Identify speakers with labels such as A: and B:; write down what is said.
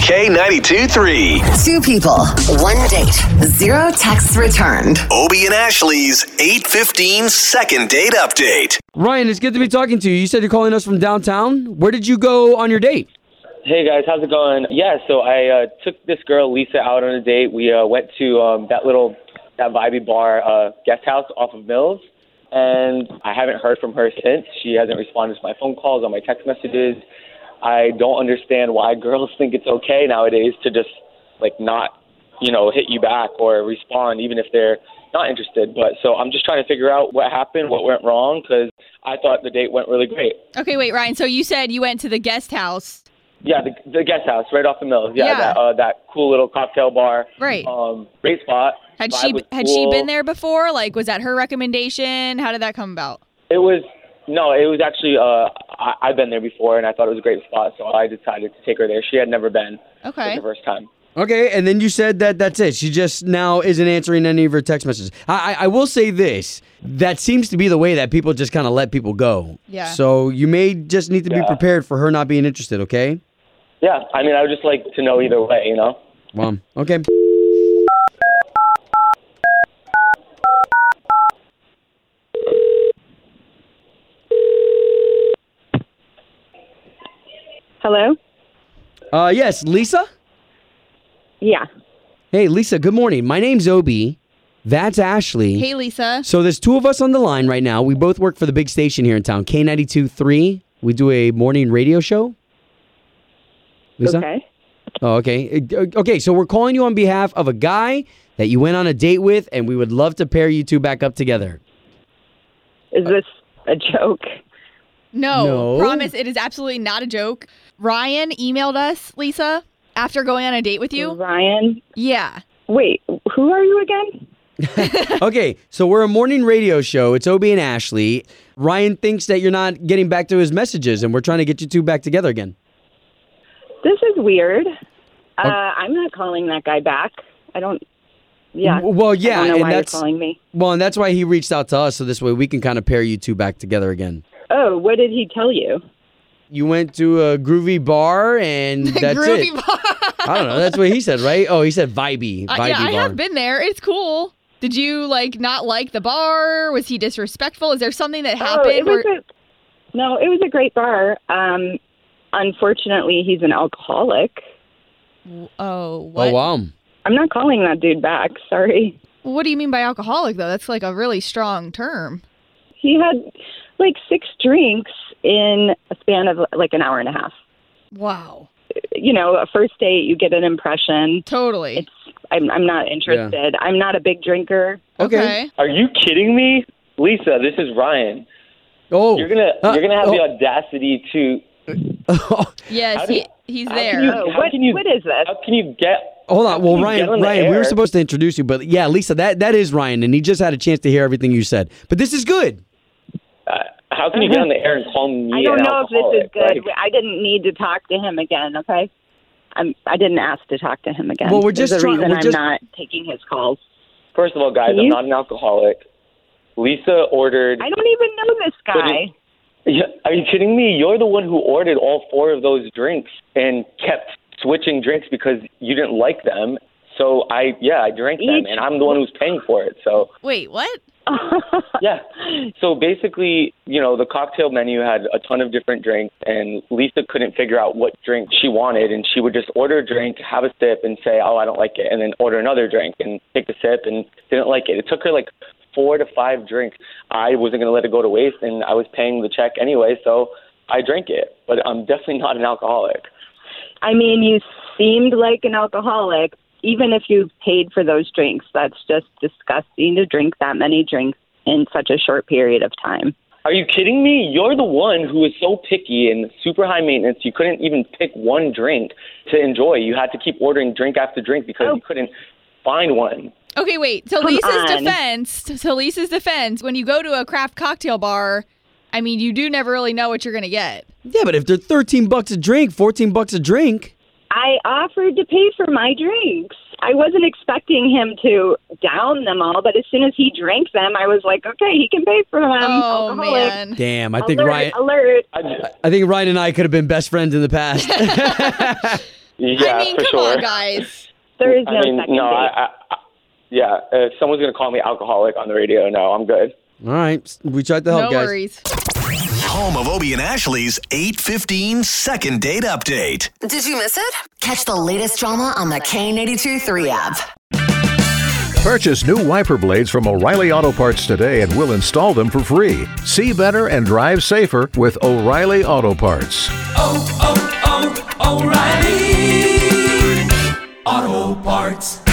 A: K92 3.
B: Two people, one date, zero texts returned.
A: Obie and Ashley's 815 second date update.
C: Ryan, it's good to be talking to you. You said you're calling us from downtown. Where did you go on your date?
D: Hey guys, how's it going? Yeah, so I uh, took this girl Lisa out on a date. We uh, went to um, that little that vibey bar uh, guest house off of Mills, and I haven't heard from her since. She hasn't responded to my phone calls or my text messages. I don't understand why girls think it's okay nowadays to just like not, you know, hit you back or respond even if they're not interested. But so I'm just trying to figure out what happened, what went wrong, because I thought the date went really great.
E: Okay, wait, Ryan. So you said you went to the guest house.
D: Yeah, the, the guest house right off the mills. Yeah,
E: Yeah.
D: That, uh, that cool little cocktail bar.
E: Right.
D: Um, great spot.
E: Had
D: Vibe
E: she
D: was
E: had
D: cool.
E: she been there before? Like, was that her recommendation? How did that come about?
D: It was no, it was actually uh, I, I've been there before, and I thought it was a great spot, so I decided to take her there. She had never been.
E: Okay.
D: It was her first time.
C: Okay, and then you said that that's it. She just now isn't answering any of her text messages. I, I, I will say this: that seems to be the way that people just kind of let people go.
E: Yeah.
C: So you may just need to be
D: Yeah.
C: prepared for her not being interested. Okay.
D: Yeah, I mean, I would just like to know either way, you know.
C: Well, okay.
F: Hello?
C: Uh, yes, Lisa.
F: Yeah.
C: Hey, Lisa. Good morning. My name's Obi. That's Ashley.
E: Hey, Lisa.
C: So there's two of us on the line right now. We both work for the big station here in town, K92 3. We do a morning radio show. Lisa?
F: Okay.
C: Oh, okay. Uh, Okay, so we're calling you on behalf of a guy that you went on a date with, and we would love to pair you two back up together.
F: Is this a joke?
E: No,
C: No.
E: promise it is absolutely not a joke. Ryan emailed us, Lisa, after going on a date with you.
F: Ryan?
E: Yeah.
F: Wait, who are you again?
C: okay, so we're a morning radio show. It's Obie and Ashley. Ryan thinks that you're not getting back to his messages, and we're trying to get you two back together again.
F: This is weird. Uh,
C: Oh.
F: I'm not calling that guy back. I don't. Yeah.
C: W- well,
F: I
C: yeah,
F: don't know
C: and
F: why
C: that's-
F: you're calling me.
C: Well, and that's why he reached out to us, so this way we can kind of pair you two back together again.
F: Oh, what did he tell you?
C: You went to a groovy bar, and that's it.
E: Groovy bar.
C: I don't know. That's what he said, right? Oh, he said vibey, vibey
E: Uh, yeah, I
C: bar.
E: have been there. It's cool. Did you like not like the bar? Was he disrespectful? Is there something that happened?
F: oh, it was
E: where-
F: a. No, it was a great bar. Um, unfortunately, he's an alcoholic.
E: oh, what?
C: oh wow.
F: I'm not calling that dude back. Sorry.
E: What do you mean by alcoholic though? That's like a really strong term.
F: He had like six drinks in a span of like an hour and a half.
E: Wow.
F: You know, a first date, you get an impression.
E: Totally.
F: It's I'm I'm not interested. I'm not a big drinker.
C: Okay.
D: Are you kidding me, Lisa? This is Ryan.
C: Oh,
D: You're gonna
C: Uh,
D: you're gonna have the
C: oh.
D: audacity to How
E: Yes,
D: do
E: he,
D: you-
E: he's
D: how
E: there.
D: Can you,
F: Oh,
D: how
F: what-
D: can you,
F: what is this?
D: How can you get?
C: Hold
D: how
C: on.
D: can
C: Well,
D: you
C: Ryan,
D: get on the
C: Ryan, we
D: air?
C: were supposed to introduce you, but yeah, Lisa, that that is Ryan, and he just had a chance to hear everything you said. But this is good.
D: How can you get on the air and call me?
F: I don't
D: an
F: know if this is
D: alcoholic?
F: good.
D: Like,
F: I didn't need to talk to him again. Okay, I'm I didn't ask to talk to him again.
C: Well, we're
F: There's
C: just
F: a
C: trying-
F: reason
C: we're
F: I'm
C: just-
F: not taking his calls.
D: first of all, guys,
F: You-
D: I'm not an alcoholic. Lisa ordered.
F: I don't even know this guy.
D: Yeah, are you kidding me? You're the one who ordered all four of those drinks and kept switching drinks because you didn't like them. So I, yeah, I drank them,
F: Each-
D: and I'm the one who's paying for it. So
E: Wait, what?
D: yeah. So basically, you know, the cocktail menu had a ton of different drinks, and Lisa couldn't figure out what drink she wanted, and she would just order a drink, have a sip, and say, "Oh, I don't like it," and then order another drink and take a sip and didn't like it. It took her like four to five drinks. I wasn't gonna let it go to waste, and I was paying the check anyway, so I drank it. But I'm definitely not an alcoholic.
F: I mean, you seemed like an alcoholic, even if you paid for those drinks. That's just disgusting to drink that many drinks in such a short period of time.
D: Are you kidding me? You're the one who is so picky and super high maintenance. You couldn't even pick one drink to enjoy. You had to keep ordering drink after drink because
E: Oh.
D: you couldn't find one.
E: Okay, wait. To Lisa's
F: on.
E: defense, to Lisa's defense, when you go to a craft cocktail bar, I mean, you do never really know what you're going to get.
C: Yeah, but if they're 13 bucks a drink, 14 bucks a drink,
F: I offered to pay for my drinks. I wasn't expecting him to down them all, but as soon as he drank them, I was like, okay, he can pay for them.
E: oh,
F: Alcoholic.
E: man.
C: damn, I think
F: alert,
C: Ryan
F: alert.
D: I,
C: I think Ryan and I could have been best friends in the past.
D: yeah,
E: I mean,
D: for
E: come
D: sure.
E: on, guys.
F: There is no
D: I mean,
F: second
D: no,
F: date.
D: I, I, I, yeah. If someone's gonna call me alcoholic on the radio, no, I'm good.
C: All right, we tried to help,
E: No
C: guys.
E: worries.
A: Home of Obie and Ashley's 815 second date update.
B: Did you miss it? Catch the latest drama on the K82 3 app.
G: Purchase new wiper blades from O'Reilly Auto Parts today and we'll install them for free. See better and drive safer with O'Reilly Auto Parts.
H: oh, oh, O'Reilly. oh, Auto Parts.